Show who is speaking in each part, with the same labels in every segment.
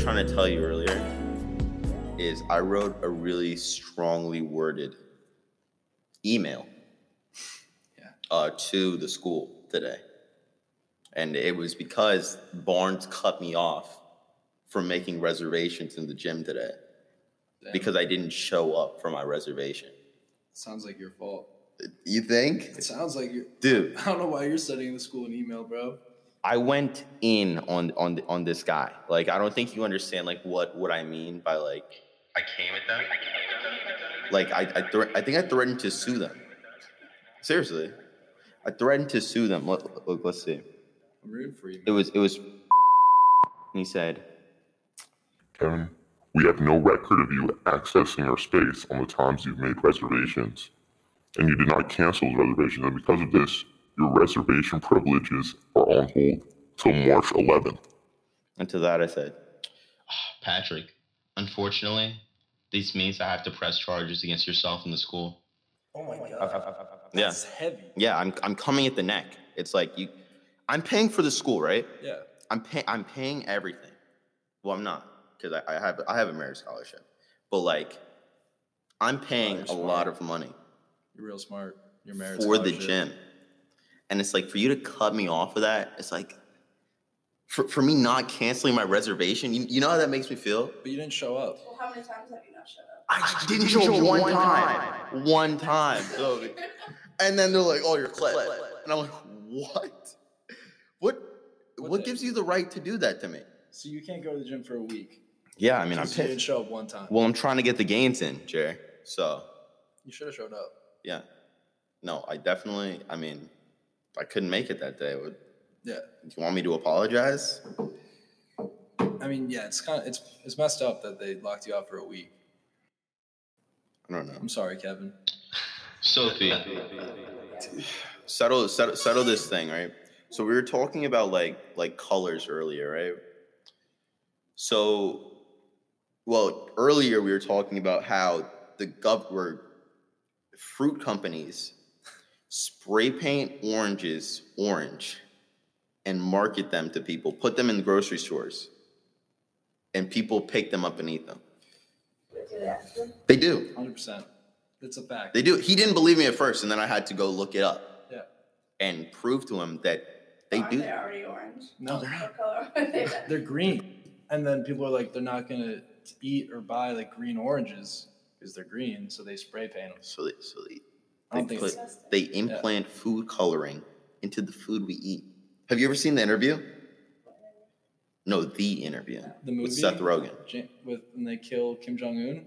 Speaker 1: trying to tell you earlier is I wrote a really strongly worded email
Speaker 2: Yeah.
Speaker 1: uh, to the school today. And it was because Barnes cut me off from making reservations in the gym today
Speaker 2: Damn.
Speaker 1: because I didn't show up for my reservation.
Speaker 2: sounds like your fault.
Speaker 1: You think?
Speaker 2: It sounds like you.
Speaker 1: Dude,
Speaker 2: I don't know why you're sending the school an email, bro.
Speaker 1: I went in on on on this guy. Like I don't think you understand like what what I mean by like I came at them. Like I I, thre- I think I threatened to sue them. Seriously. I threatened to sue them. Look, look let's see.
Speaker 2: I'm rooting for you.
Speaker 1: It
Speaker 2: Man.
Speaker 1: was it was and he said,
Speaker 3: Kevin, we have no record of you accessing our space on the times you've made reservations. And you did not cancel the reservation, and because of this, your reservation privileges are on hold till March 11th.
Speaker 1: and to that I said,
Speaker 4: Patrick, unfortunately, this means I have to press charges against yourself and the school.
Speaker 2: Oh my god,
Speaker 1: Yeah.
Speaker 2: that's heavy.
Speaker 1: Yeah, I'm I'm coming at the neck. It's like you I'm paying for the school, right?
Speaker 2: Yeah,
Speaker 1: I'm paying. I'm paying everything. Well, I'm not because I, I have I have a merit scholarship, but like, I'm paying a lot of money
Speaker 2: you're real smart. Your marriage
Speaker 1: for the gym, and it's like for you to cut me off of that. It's like, for for me not canceling my reservation. You, you know how that makes me feel.
Speaker 2: but you didn't show up.
Speaker 5: Well, how many times have you not shut up?
Speaker 1: I didn't show up one time. One time. So, and then they're like, "Oh, you're clipped," and I'm like, "What? What?
Speaker 2: What
Speaker 1: What
Speaker 2: the-
Speaker 1: gives you the right to do that to me?"
Speaker 2: So you can't go to the gym for a week.
Speaker 1: Yeah, I mean, I'm
Speaker 2: Because you didn't
Speaker 1: pissed.
Speaker 2: show up one time.
Speaker 1: Well, I'm trying to get the gains in, Jerry. So,
Speaker 2: You should have showed up.
Speaker 1: yeah. No, I definitely, I mean, I couldn't make it that day. Would
Speaker 2: Yeah,
Speaker 1: do you want me to apologize?
Speaker 2: I mean, yeah, it's kind of it's it's messed up that they locked you out for a week.
Speaker 1: I don't know.
Speaker 2: I'm sorry, Kevin.
Speaker 4: Sophie,
Speaker 1: Settle, settle, settle this thing, right? So we were talking about like like colors earlier, right? So, well, earlier we were talking about how the gov were fruit companies spray paint oranges orange and market them to people, put them in grocery stores, and people pick them up and eat them.
Speaker 5: Do that.
Speaker 1: They do.
Speaker 2: 100. percent That's a fact.
Speaker 1: They do. He didn't believe me at first, and then I had to go look it up
Speaker 2: yeah.
Speaker 1: and prove to him that they
Speaker 5: Aren't
Speaker 1: do.
Speaker 5: they already orange?
Speaker 2: No, they're
Speaker 5: What color are they?
Speaker 2: They're green, and then people are like, they're not gonna eat or buy like green oranges because they're green, so they spray paint them.
Speaker 1: So they, so they,
Speaker 2: I don't
Speaker 1: they,
Speaker 2: think
Speaker 1: put-
Speaker 2: so.
Speaker 1: they implant food coloring into the food we eat. Have you ever seen the interview? No, the interview
Speaker 2: The movie
Speaker 1: with Seth Rogen.
Speaker 2: Ja- with when they kill Kim Jong Un.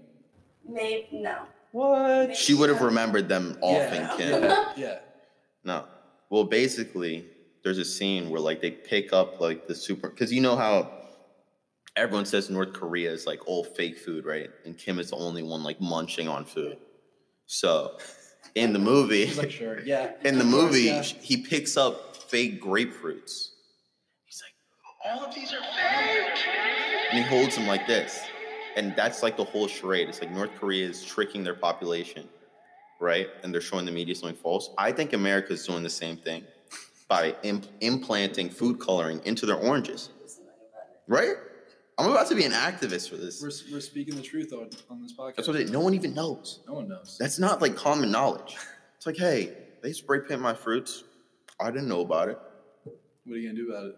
Speaker 5: Maybe no.
Speaker 2: What?
Speaker 1: She would have remembered them often,
Speaker 2: yeah,
Speaker 1: Kim.
Speaker 2: yeah, yeah.
Speaker 1: No. Well, basically, there's a scene where like they pick up like the super because you know how everyone says North Korea is like all fake food, right? And Kim is the only one like munching on food. So in the movie,
Speaker 2: She's like, sure, yeah.
Speaker 1: in the
Speaker 2: Of course,
Speaker 1: movie,
Speaker 2: yeah.
Speaker 1: he picks up fake grapefruits. He's like,
Speaker 4: all of these are fake.
Speaker 1: and he holds them like this, and that's like the whole charade. It's like North Korea is tricking their population, right? And they're showing the media something false. I think America's doing the same thing by imp- implanting food coloring into their oranges, right? I'm about to be an activist for this.
Speaker 2: We're, we're speaking the truth on, on this podcast.
Speaker 1: That's what it, no one even knows.
Speaker 2: no one knows.
Speaker 1: That's not like common knowledge. It's like, hey, they spray paint my fruits. I didn't know about it.
Speaker 2: What are you gonna do about it?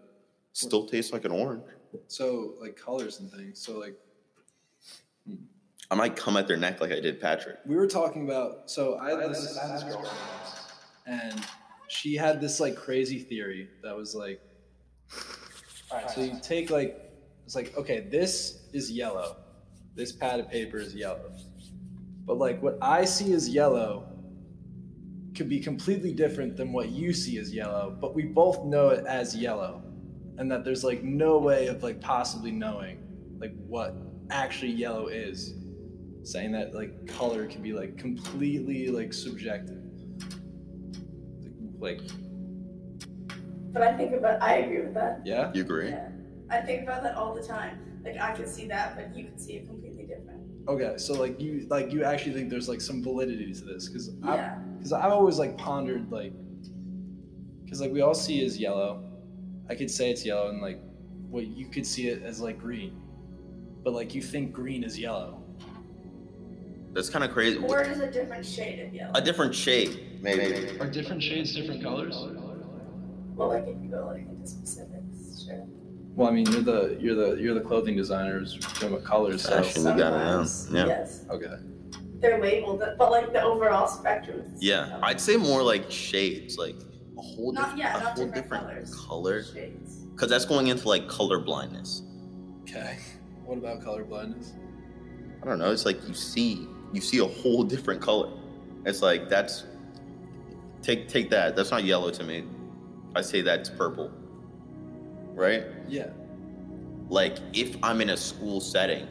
Speaker 1: Still tastes like an orange.
Speaker 2: So like colors and things. So like
Speaker 1: I might come at their neck like I did Patrick.
Speaker 2: we were talking about so I had this, I had this girlfriend and she had this like crazy theory that was like all right so you take like it's like okay this is yellow this pad of paper is yellow but like what i see as yellow could be completely different than what you see as yellow but we both know it as yellow and that there's like no way of like possibly knowing like what actually yellow is saying that like color can be like completely like subjective. Like
Speaker 5: But I think about. I agree with that.
Speaker 2: yeah,
Speaker 1: You agree?
Speaker 5: Yeah. I think about that all the time. Like I can see that, but you can see it completely different.
Speaker 2: okay. So like you like you actually think there's like some validity to this because I
Speaker 5: Yeah.
Speaker 2: because I've always like pondered like because like we all see is yellow. I could say it's yellow and like what you could see it as like green, but like you think green is yellow.
Speaker 1: That's kind of crazy.
Speaker 5: Or is a different shade of yellow.
Speaker 1: A different shade, maybe.
Speaker 4: Are different shades different colors?
Speaker 5: Well, like if you go like into specifics, sure.
Speaker 2: Well, I mean, you're the you're the you're the clothing designers from colors, so
Speaker 1: Fashion. You gotta know,
Speaker 5: Sometimes,
Speaker 1: yeah.
Speaker 5: Yes,
Speaker 2: okay.
Speaker 5: they're labeled, but like the overall spectrum. is the same
Speaker 1: Yeah,
Speaker 5: color.
Speaker 1: I'd say more like shades, like a whole
Speaker 5: Not-
Speaker 1: different,
Speaker 5: yeah,
Speaker 1: a
Speaker 5: not
Speaker 1: whole
Speaker 5: different
Speaker 1: different,
Speaker 5: colors.
Speaker 1: color,
Speaker 5: Shades.
Speaker 1: because that's going into like color blindness.
Speaker 2: Okay. What about color blindness?
Speaker 1: I don't know. It's like you see, you see a whole different color. It's like that's take take that. That's not yellow to me. I say that's purple, right?
Speaker 2: Yeah.
Speaker 1: Like if I'm in a school setting.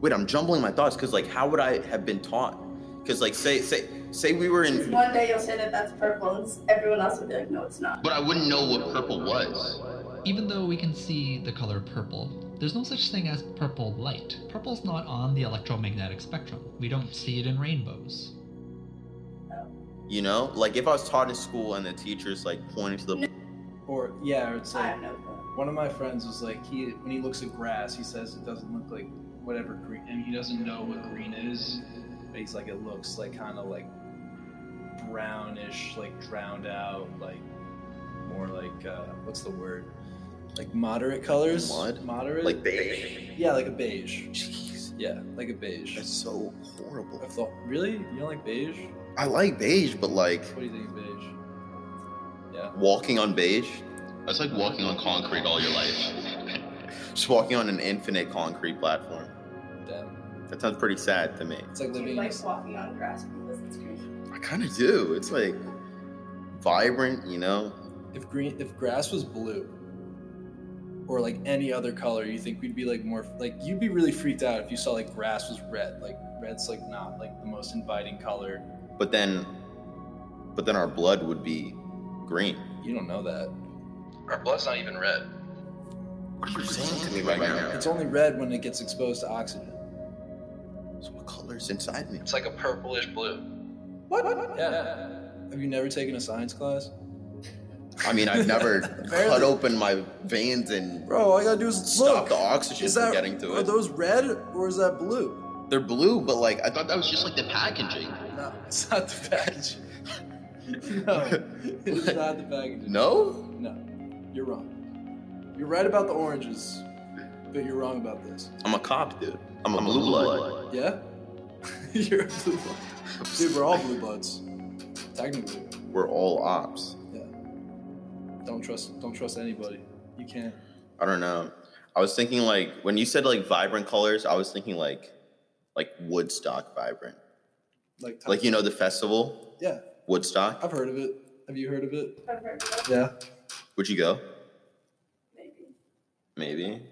Speaker 1: Wait, I'm jumbling my thoughts because like how would I have been taught? Because like say say say we were in
Speaker 5: One day you'll say that that's purple, and s- everyone else will be like, no, it's not.
Speaker 4: But I wouldn't know what purple was.
Speaker 6: Even though we can see the color purple, there's no such thing as purple light. Purple's not on the electromagnetic spectrum. We don't see it in rainbows.
Speaker 1: You know, like if I was taught in school and the teacher's like pointing to the
Speaker 2: Or yeah, or it's
Speaker 5: I
Speaker 2: like
Speaker 5: have no clue.
Speaker 2: one of my friends was like he when he looks at grass, he says it doesn't look like whatever green, and he doesn't know what green is, but he's like it looks like kind of like brownish, like drowned out, like more like uh, what's the word? Like moderate colors.
Speaker 1: Mud?
Speaker 2: Moderate.
Speaker 1: like beige.
Speaker 2: yeah, like a beige.
Speaker 1: Jeez,
Speaker 2: Yeah, like a beige.
Speaker 1: that's so
Speaker 2: I
Speaker 1: horrible.
Speaker 2: thought, really? You don't like beige?
Speaker 1: I like beige, but like
Speaker 2: What do you think of beige? Yeah.
Speaker 1: walking on beige,
Speaker 4: That's like walking on concrete all your life.
Speaker 1: just walking on an infinite concrete platform.
Speaker 2: Damn.
Speaker 1: That sounds pretty sad to me.
Speaker 2: It's like
Speaker 5: Do
Speaker 2: living
Speaker 5: you
Speaker 2: in a
Speaker 5: like walking on grass because it's green?
Speaker 1: I kind of do. It's like vibrant, you know?
Speaker 2: If green, if grass was blue, or like any other color, you think we'd be like more like you'd be really freaked out if you saw like grass was red. Like red's like not like the most inviting color.
Speaker 1: But then, but then our blood would be green.
Speaker 2: You don't know that.
Speaker 7: Our blood's not even red.
Speaker 1: What are you saying to me right now?
Speaker 2: It's only red when it gets exposed to oxygen.
Speaker 1: So what color's inside me?
Speaker 7: It's like a purplish blue.
Speaker 2: Yeah. Have you never taken a science class?
Speaker 1: I mean, I've never
Speaker 2: Barely.
Speaker 1: cut open my veins and
Speaker 2: Bro, all I gotta do is
Speaker 1: stopped the oxygen from getting to it.
Speaker 2: those red or is that blue?
Speaker 1: They're blue, but like I
Speaker 4: I thought that was just like the packaging.
Speaker 2: No, it's not the package. no, it's not the package.
Speaker 1: No?
Speaker 2: no, you're wrong. You're right about the oranges, but you're wrong about this.
Speaker 1: I'm a cop, dude. I'm a blue blood.
Speaker 2: Yeah, you're a blue blood. Dude, we're all blue bloods. Technically,
Speaker 1: We're all ops.
Speaker 2: don't trust don't trust anybody. You can't.
Speaker 1: I don't know. I was thinking like when you said like vibrant colors, I was thinking like like Woodstock vibrant.
Speaker 2: Like,
Speaker 1: Like you know the festival,
Speaker 2: yeah,
Speaker 1: Woodstock.
Speaker 2: I've heard of it. Have you heard of it?
Speaker 5: I've heard of it,
Speaker 2: Yeah.
Speaker 1: Would you go?
Speaker 5: maybe.
Speaker 1: Maybe.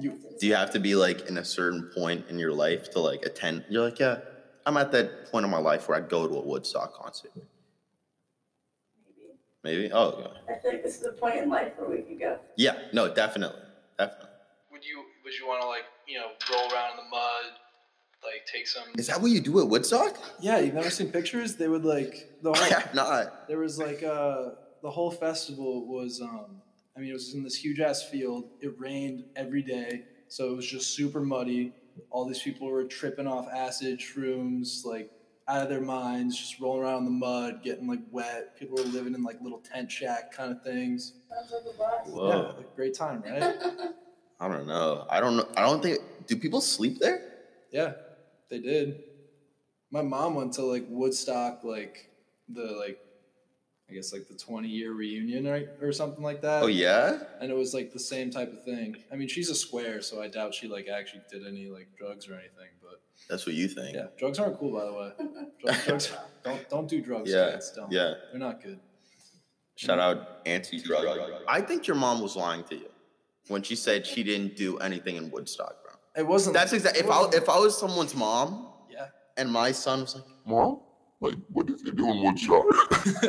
Speaker 2: You-
Speaker 1: Do you have to be like in a certain point in your life to like attend? You're like, yeah, I'm at that point in my life where I go to a Woodstock concert.
Speaker 5: Maybe.
Speaker 1: Maybe. Oh, okay.
Speaker 5: I feel like this is the point in life where we could go.
Speaker 1: yeah. No, definitely, definitely.
Speaker 7: Would you would you want to like you know roll around in the mud, like take some?
Speaker 1: Is that what you do at Woodstock?
Speaker 2: Yeah, you've never seen pictures? They would like the
Speaker 1: I
Speaker 2: whole.
Speaker 1: have not.
Speaker 2: there was like uh the whole festival was um i mean it was in this huge ass field it rained every day so it was just super muddy all these people were tripping off acid shrooms like out of their minds just rolling around in the mud getting like wet people were living in like little tent shack kind of things
Speaker 5: Sounds like a blast.
Speaker 1: Whoa.
Speaker 2: yeah like, great time right
Speaker 1: I don't know. I don't know. I don't think. Do people sleep there?
Speaker 2: yeah they did my mom went to like woodstock like the like i guess like the 20 year reunion right or something like that
Speaker 1: Oh yeah.
Speaker 2: and it was like the same type of thing. I mean, she's a square, so I doubt she like actually did any like drugs or anything. But
Speaker 1: That's what you think.
Speaker 2: yeah, drugs aren't cool, by the way. Drugs, drugs don't don't do drugs.
Speaker 1: Yeah,
Speaker 2: kids, don't.
Speaker 1: yeah.
Speaker 2: they're not good.
Speaker 1: Shout out anti-drug. I think your mom was lying to you when she said she didn't do anything in Woodstock, bro.
Speaker 2: It wasn't.
Speaker 1: That's
Speaker 2: like-
Speaker 1: exactly.
Speaker 2: it
Speaker 1: If I
Speaker 2: wasn't-
Speaker 1: if I was someone's mom
Speaker 2: yeah.
Speaker 1: and my son was like,
Speaker 3: Mom, like, what did you do in Woodstock?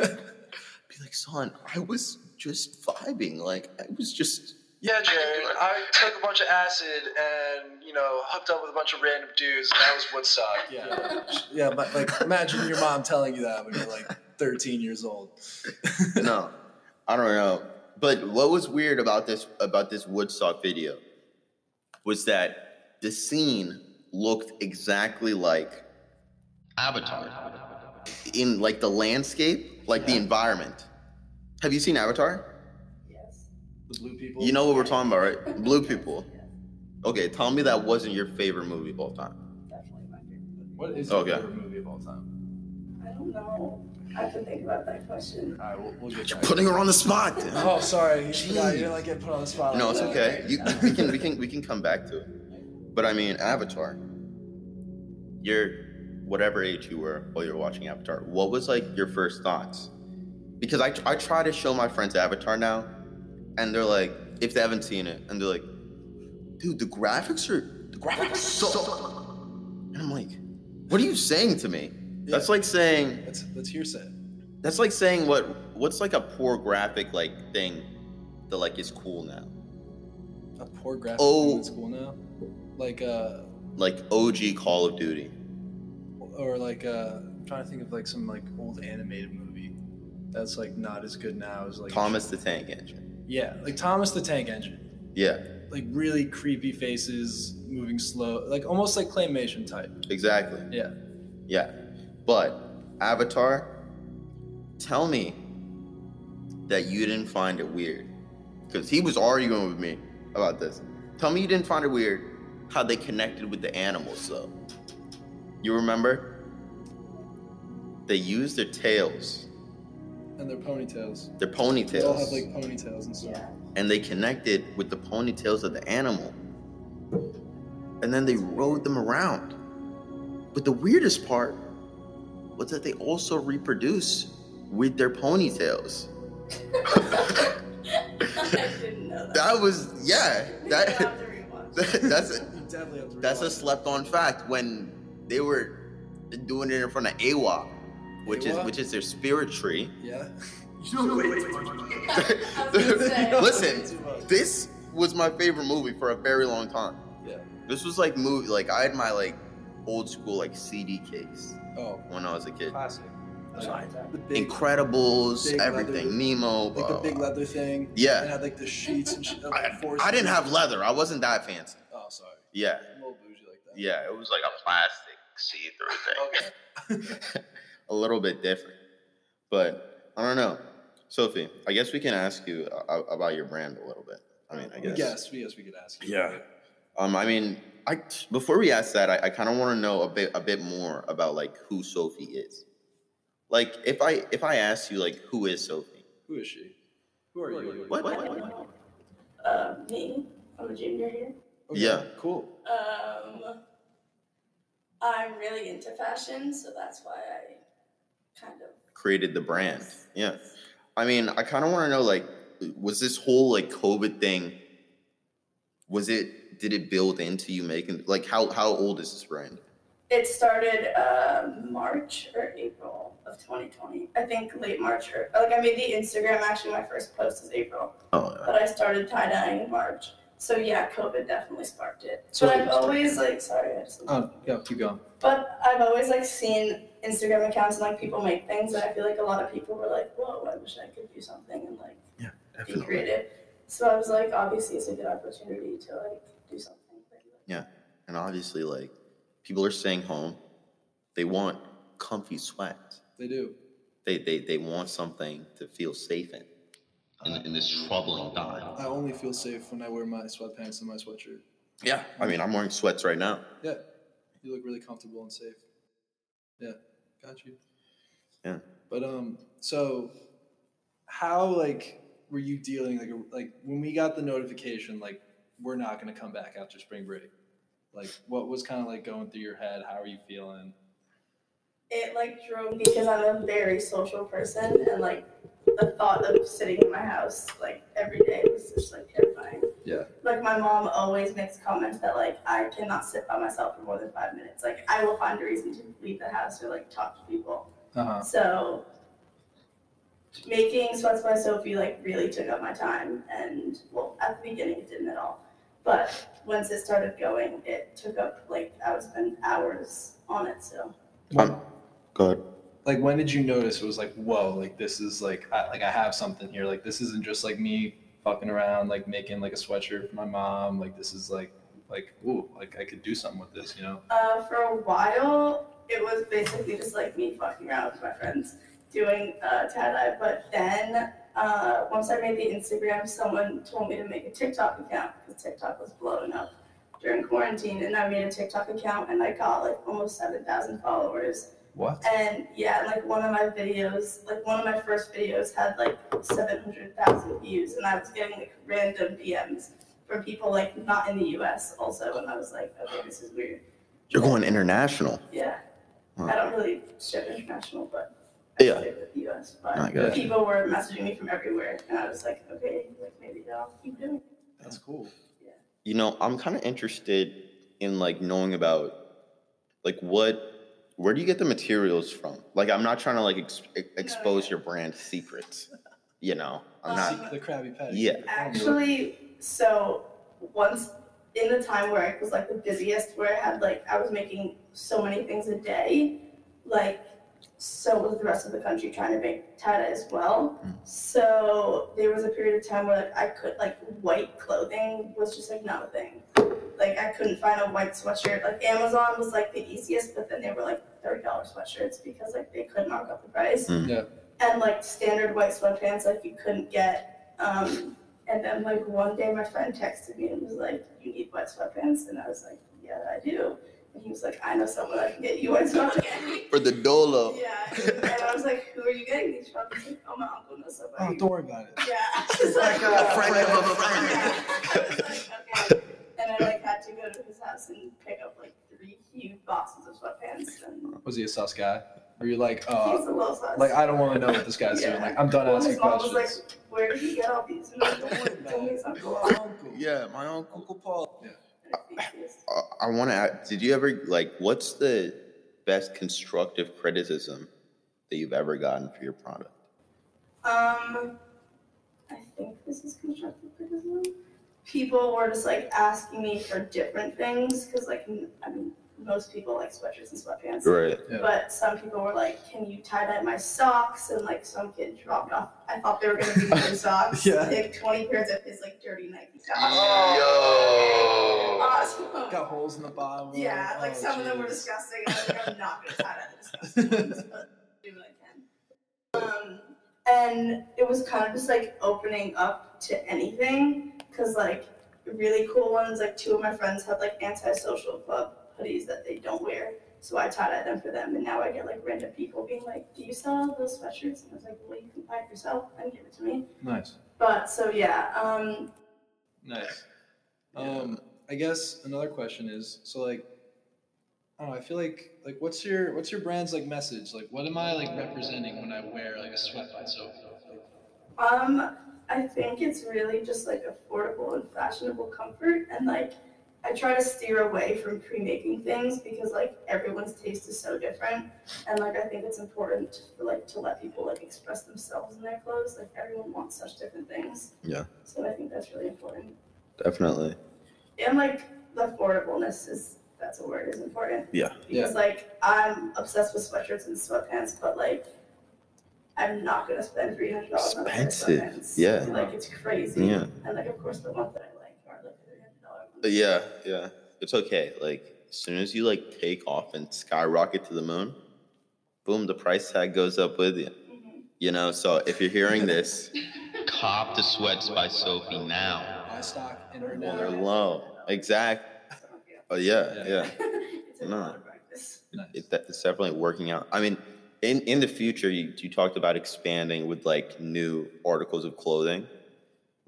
Speaker 1: be like, son, I was just vibing. Like I was just.
Speaker 7: Yeah, Jared. I took a bunch of acid and you know hooked up with a bunch of random dudes. And that was Woodstock.
Speaker 2: Yeah, yeah, but like imagine your mom telling you that when you're like 13 years old.
Speaker 1: no, I don't know. But what was weird about this about this Woodstock video was that the scene looked exactly like
Speaker 4: Avatar.
Speaker 1: in like the landscape, like the environment. Have you seen Avatar?
Speaker 5: Yes.
Speaker 2: The blue people.
Speaker 1: You know what we're talking about, right? Blue people. Okay, tell me that wasn't your favorite movie of all time.
Speaker 5: Definitely my favorite movie.
Speaker 2: What is your
Speaker 1: Okay.
Speaker 2: favorite movie of all time?
Speaker 5: I don't know. I have to think about that question.
Speaker 2: All right, we'll, we'll get
Speaker 1: You're
Speaker 2: back.
Speaker 1: putting her on the spot. dude.
Speaker 2: Oh, sorry. You
Speaker 1: Jeez.
Speaker 2: forgot. You didn't like get put on the spot.
Speaker 1: No,
Speaker 2: like
Speaker 1: it's
Speaker 2: that.
Speaker 1: okay. You, we can we can we can come back to it. But I mean, Avatar. You're whatever age you were while you're watching Avatar. What was like your first thoughts? Because I I try to show my friends Avatar now, and they're like, if they haven't seen it, and they're like, dude, the graphics are the graphics suck. And I'm like, what are you saying to me? That's like saying
Speaker 2: That's that's hearsay.
Speaker 1: that's like saying what what's like a poor graphic like thing that like is cool now.
Speaker 2: A poor graphic.
Speaker 1: Oh.
Speaker 2: Oh, it's cool now. Like uh,
Speaker 1: Like OG Call of Duty.
Speaker 2: or like uh, I'm trying to think of like some like old animated movie that's like not as good now as like
Speaker 1: Thomas the Tank Engine.
Speaker 2: Yeah, like Thomas the Tank Engine.
Speaker 1: Yeah,
Speaker 2: Like really creepy faces, moving slow, like almost like claymation type.
Speaker 1: exactly.
Speaker 2: Yeah.
Speaker 1: Yeah. But Avatar, tell me that you didn't find it weird. Because he was arguing with me about this. Tell me you didn't find it weird how they connected with the animals, though. You remember? They used their tails,
Speaker 2: And their ponytails.
Speaker 1: their
Speaker 2: They all have
Speaker 1: ponytails,
Speaker 2: like ponytails and stuff.
Speaker 5: Yeah.
Speaker 1: and they connected with the ponytails of the animal. And then they rode them around. But the weirdest part was that they also reproduce with their ponytails.
Speaker 5: I didn't know that.
Speaker 1: That was yeah.
Speaker 5: I
Speaker 1: That
Speaker 5: have to rewatch.
Speaker 1: that's a,
Speaker 2: You definitely have to
Speaker 1: that's a
Speaker 2: realize-
Speaker 1: slept on fact when they were doing it in front of Awa, which is
Speaker 2: Awa?
Speaker 1: which is their spirit tree.
Speaker 2: Yeah.
Speaker 5: I was gonna say, I was
Speaker 1: Listen.
Speaker 5: gonna say,
Speaker 2: Too much.
Speaker 1: This was my favorite movie for a very long time.
Speaker 2: Yeah.
Speaker 1: This was like movie like I had my like old school like CD case
Speaker 2: Oh,
Speaker 1: when I was a kid.
Speaker 2: classic. Like, the big,
Speaker 1: Incredibles,
Speaker 2: big
Speaker 1: everything,
Speaker 2: leather-
Speaker 1: Nemo,
Speaker 2: like the
Speaker 1: blah,
Speaker 2: big
Speaker 1: blah, blah.
Speaker 2: leather thing.
Speaker 1: Yeah.
Speaker 2: And had like the sheets and shit.
Speaker 1: I,
Speaker 2: like, four
Speaker 1: I didn't
Speaker 2: sheets.
Speaker 1: have leather. I wasn't that fancy.
Speaker 2: Oh, sorry.
Speaker 1: Yeah,
Speaker 2: I'm a little bougie like that.
Speaker 1: yeah. It was
Speaker 4: It's like a plastic see-through thing.
Speaker 7: Okay.
Speaker 1: a little bit different, but I don't know. Sophie, I guess we can ask you a- a- about your brand a little bit. I mean, I
Speaker 2: We
Speaker 1: guess.
Speaker 2: guess. We guess we could ask. You.
Speaker 1: Yeah. Um, I mean, I before we ask that, I, I kind of want to know a bit a bit more about like who Sophie is. Like, if I if I ask you like who is Sophie?
Speaker 2: Who is she? Who are you?
Speaker 1: What? what?
Speaker 5: uh, me, I'm a junior here.
Speaker 2: Okay,
Speaker 1: Yeah.
Speaker 2: Cool.
Speaker 5: Um, I'm really into fashion, so that's why I kind of
Speaker 1: Created the brand. Yeah. I mean, I kind of want to know like, was this whole like COVID thing? Was it? Did it build into you making like how how old is this brand?
Speaker 5: It started uh, March or April of 2020. I think late March or like I made the Instagram actually my first post is April,
Speaker 1: Oh,
Speaker 5: but I started tie dyeing in March. So yeah, COVID definitely sparked it.
Speaker 1: So-
Speaker 5: but I've always like sorry, I just,
Speaker 2: Um, yeah. Keep going.
Speaker 5: but I've always like seen Instagram accounts and like people make things, and I feel like a lot of people were like, "Whoa, I wish I could do something and like be creative." So I was like, obviously, it's a good opportunity to like do something.
Speaker 1: Yeah. And obviously, like, people are staying home. They want comfy sweats.
Speaker 2: They do.
Speaker 1: They, they, they want something to feel safe in.
Speaker 4: In, in this troubling time.
Speaker 2: I only feel safe when I wear my sweatpants and my sweatshirt.
Speaker 1: Yeah. I mean, I'm wearing sweats right now.
Speaker 2: Yeah. You look really comfortable and safe. Yeah. Got you.
Speaker 1: Yeah.
Speaker 2: But um, so how like were you dealing like like when we got the notification like we're not gonna come back after spring break? Like what was kind of like going through your head? How are you feeling?
Speaker 5: It like drove me because I'm a very social person, and like the thought of sitting in my house like every day was just like terrifying.
Speaker 2: Yeah.
Speaker 5: Like my mom always makes comments that like I cannot sit by myself for more than five minutes. Like I will find a reason to leave the house or like talk to people.
Speaker 2: Uh
Speaker 5: Uh-huh.
Speaker 2: huh.
Speaker 5: So making Sweats by Sophie like really took up my time and well at the beginning it didn't at all. But once it started going, it took up like I was spending hours on it. So
Speaker 1: I'm, go ahead.
Speaker 2: like when did you notice it was like whoa like this is like I, like I have something here like this isn't just like me fucking around like making like a sweatshirt for my mom like this is like like, ooh, like I could do something with this, you know?
Speaker 5: Uh, for a while, it was basically just like me fucking around with my friends doing uh, tie dye. But then uh, once I made the Instagram, someone told me to make a TikTok account because TikTok was blowing up during quarantine, and I made a TikTok account and I got like almost seven thousand followers.
Speaker 2: What?
Speaker 5: And yeah, and, like one of my videos, like one of my first videos had like seven hundred thousand views, and I was getting like random DMs from people like not in the U.S. also, and I was like, okay, this is weird.
Speaker 1: You're going international.
Speaker 5: Yeah.
Speaker 1: Wow.
Speaker 5: I don't really ship international, but
Speaker 1: Yeah.
Speaker 5: I ship with the US. But
Speaker 1: I gotcha.
Speaker 5: people were messaging me from everywhere, and I was like, okay, like maybe I'll keep doing. it.
Speaker 2: That's cool.
Speaker 1: You know, I'm kind of interested in like knowing about like what where do you get the materials from? Like I'm not trying to like ex- ex- expose your brand secrets. You know, I'm not
Speaker 2: the Krabby Patty.
Speaker 1: Yeah.
Speaker 2: secret formula.
Speaker 5: Actually, so once in the time where I was like the busiest, where I had like I was making so many things a day, like so was the rest of the country trying to make tie dye as well.
Speaker 1: Mm.
Speaker 5: So there was a period of time where like I could like white clothing was just like not a thing. Like I couldn't find a white sweatshirt. Like Amazon was like the easiest, but then they were like thirty dollar sweatshirts because like they could mark up the price.
Speaker 1: Mm.
Speaker 2: Yeah.
Speaker 5: And like standard white sweatpants, like you couldn't get. Um, and then like one day my friend texted me and was like, "You need white sweatpants," and I was like, "Yeah, I do." And he was like, "I know someone that can get you white sweatpants."
Speaker 1: for the dolo.
Speaker 5: Yeah, and I was like, "Who are you getting these from?" He's like, "Oh, my uncle knows
Speaker 2: Oh,
Speaker 5: somebody."
Speaker 2: don't worry about it.
Speaker 5: yeah, I was like,
Speaker 2: Like a
Speaker 1: friend of a friend.
Speaker 5: Yeah. I was like, okay. And I like had to go to his house and pick up like three huge boxes of sweatpants, and
Speaker 2: Was he a sus guy? Were you like, uh,
Speaker 5: he's a little sus.
Speaker 2: like I don't want to know what this guy's doing.
Speaker 5: Yeah.
Speaker 2: Like I'm done
Speaker 5: Well,
Speaker 2: asking
Speaker 5: his mom
Speaker 2: questions.
Speaker 5: was like, "Where did you get all these?" And I was like, "Don't worry, tell me his uncle."
Speaker 2: uncle.
Speaker 1: Yeah, my uncle.
Speaker 2: Uncle Paul. Yeah.
Speaker 1: I- I want to ask, did you ever, like, what's the best constructive criticism that you've ever gotten for your product?
Speaker 5: Um, I think this is constructive criticism. People were just like asking me for different things because, like, m- I mean, most people like sweatshirts and sweatpants,
Speaker 1: Right.
Speaker 2: Yeah.
Speaker 5: but some people were like, "Can you tie dye my socks?" And like, some kid dropped off. I thought they were gonna be my socks.
Speaker 2: Yeah.
Speaker 5: Like twenty pairs of his like dirty Nike socks.
Speaker 7: Yo.
Speaker 5: Awesome.
Speaker 2: Got holes in the bottom.
Speaker 5: Yeah, like
Speaker 2: oh,
Speaker 5: some of them were
Speaker 2: jeez.
Speaker 5: disgusting. and I was like, I'm not gonna tie that disgusting ones, but do what I can. Um, and it was kind of just like opening up to anything, cause like really cool ones. Like two of my friends had like antisocial club hoodies that they don't wear, so I tie dye them for them, and now I get like random people being like, "Do you sell those sweatshirts?" And I was like, "Well, you can buy it yourself and give it to me."
Speaker 2: Nice.
Speaker 5: But so yeah, um,
Speaker 2: Nice. Um, I guess another question is so like I don't know, I feel like like what's your what's your brand's like message? Like what am I like representing when I wear like a sweatpants over?
Speaker 5: Um, I think it's really just like affordable and fashionable comfort, and like I try to steer away from pre-making things because like everyone's taste is so different, and like I think it's important to, like to let people like express themselves in their clothes. Like everyone wants such different things.
Speaker 1: Yeah.
Speaker 5: So I think that's really important,
Speaker 1: Definitely.
Speaker 5: and like the affordableness is that's a word is important.
Speaker 1: Yeah.
Speaker 5: Because like I'm obsessed with sweatshirts and sweatpants, but like. I'm not gonna spend three hundred dollars on a pair of
Speaker 1: Expensive,
Speaker 5: sweatpants.
Speaker 1: yeah.
Speaker 5: like it's crazy.
Speaker 1: Yeah.
Speaker 5: And like, of course, the ones that I like are like three hundred dollars.
Speaker 1: Uh, Yeah, yeah. It's okay. Like, as soon as you, like, take off and skyrocket to the moon, boom, the price tag goes up with you. You know, so if you're hearing this,
Speaker 4: Cop the sweats by Sophie now.
Speaker 2: My stock in her
Speaker 1: well, they're
Speaker 2: now.
Speaker 1: low. Exact. Oh, yeah,
Speaker 5: Mm-hmm.
Speaker 1: yeah.
Speaker 5: it's a
Speaker 1: No.
Speaker 5: lot of practice.
Speaker 2: Nice.
Speaker 1: it, that- it's definitely working out. I mean, in in the future, you, you talked about expanding with like new articles of clothing,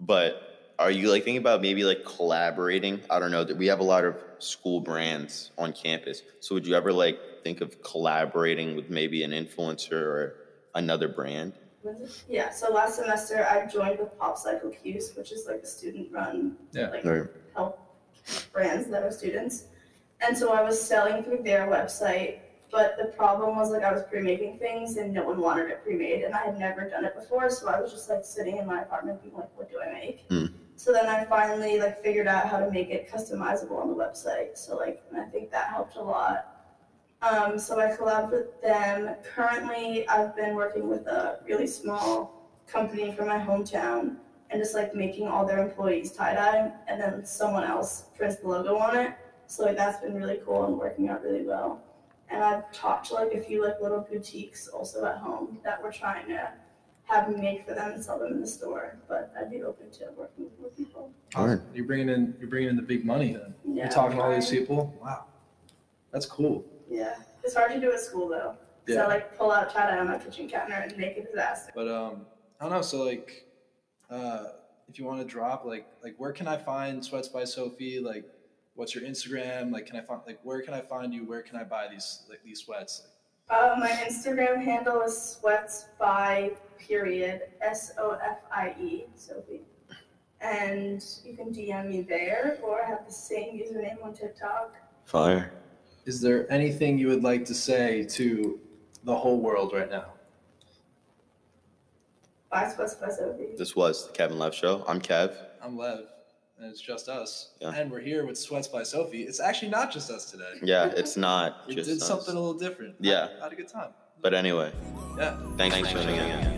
Speaker 1: but are you like thinking about maybe like collaborating? I don't know that we have a lot of school brands on campus, so would you ever like think of collaborating with maybe an influencer or another brand?
Speaker 5: Yeah. So last semester, I joined with Pop Cycle Qs, which is like a student-run
Speaker 2: Yeah.
Speaker 5: like
Speaker 1: Or
Speaker 5: help brands that are students. And so I was selling through their website, but the problem was like I was pre-making things and no one wanted it pre-made, and I had never done it before, so I was just like sitting in my apartment being like, what do I make?
Speaker 1: Hmm.
Speaker 5: So then I finally like figured out how to make it customizable on the website. So like and I think that helped a lot. Um, so I collabed with them. Currently, I've been working with a really small company from my hometown and just like making all their employees tie dye, and then someone else prints the logo on it. So like that's been really cool and working out really well. And I've talked to like a few like little boutiques also at home that we're trying to have me make for them and sell them in the store. But I'd be open to working with more people.
Speaker 1: Alright.
Speaker 2: You're bringing in you're bringing in the big money then.
Speaker 5: Yeah,
Speaker 2: You're talking to all these
Speaker 5: trying.
Speaker 2: people. Wow, that's cool.
Speaker 5: Yeah, it's hard to do at school though. So
Speaker 2: Yeah.
Speaker 5: I like pull out tie dye on my kitchen counter and make a disaster.
Speaker 2: But um, I don't know. So like, uh, if you want to drop like like where can I find Sweats by Sophie? Like, what's your Instagram? Like, can I find like where can I find you? Where can I buy these like these sweats?
Speaker 5: Uh, my Instagram handle is sweats by period S O F I E Sophie, and you can DM me there or I have the same username on TikTok.
Speaker 1: Fire.
Speaker 2: Is there anything you would like to say to the whole world right now?
Speaker 5: Bye sweats by Sophie.
Speaker 1: This was the Kevin Love Show. I'm Kev.
Speaker 2: I'm Lev, and it's just us,
Speaker 1: Yeah.
Speaker 2: and we're here with Sweats by Sophie. It's actually not just us today.
Speaker 1: Yeah, it's not
Speaker 2: We
Speaker 1: just
Speaker 2: did
Speaker 1: us.
Speaker 2: something a little different.
Speaker 1: Yeah.
Speaker 2: I had a good time.
Speaker 1: But anyway,
Speaker 2: Yeah.
Speaker 1: thanks, for tuning in.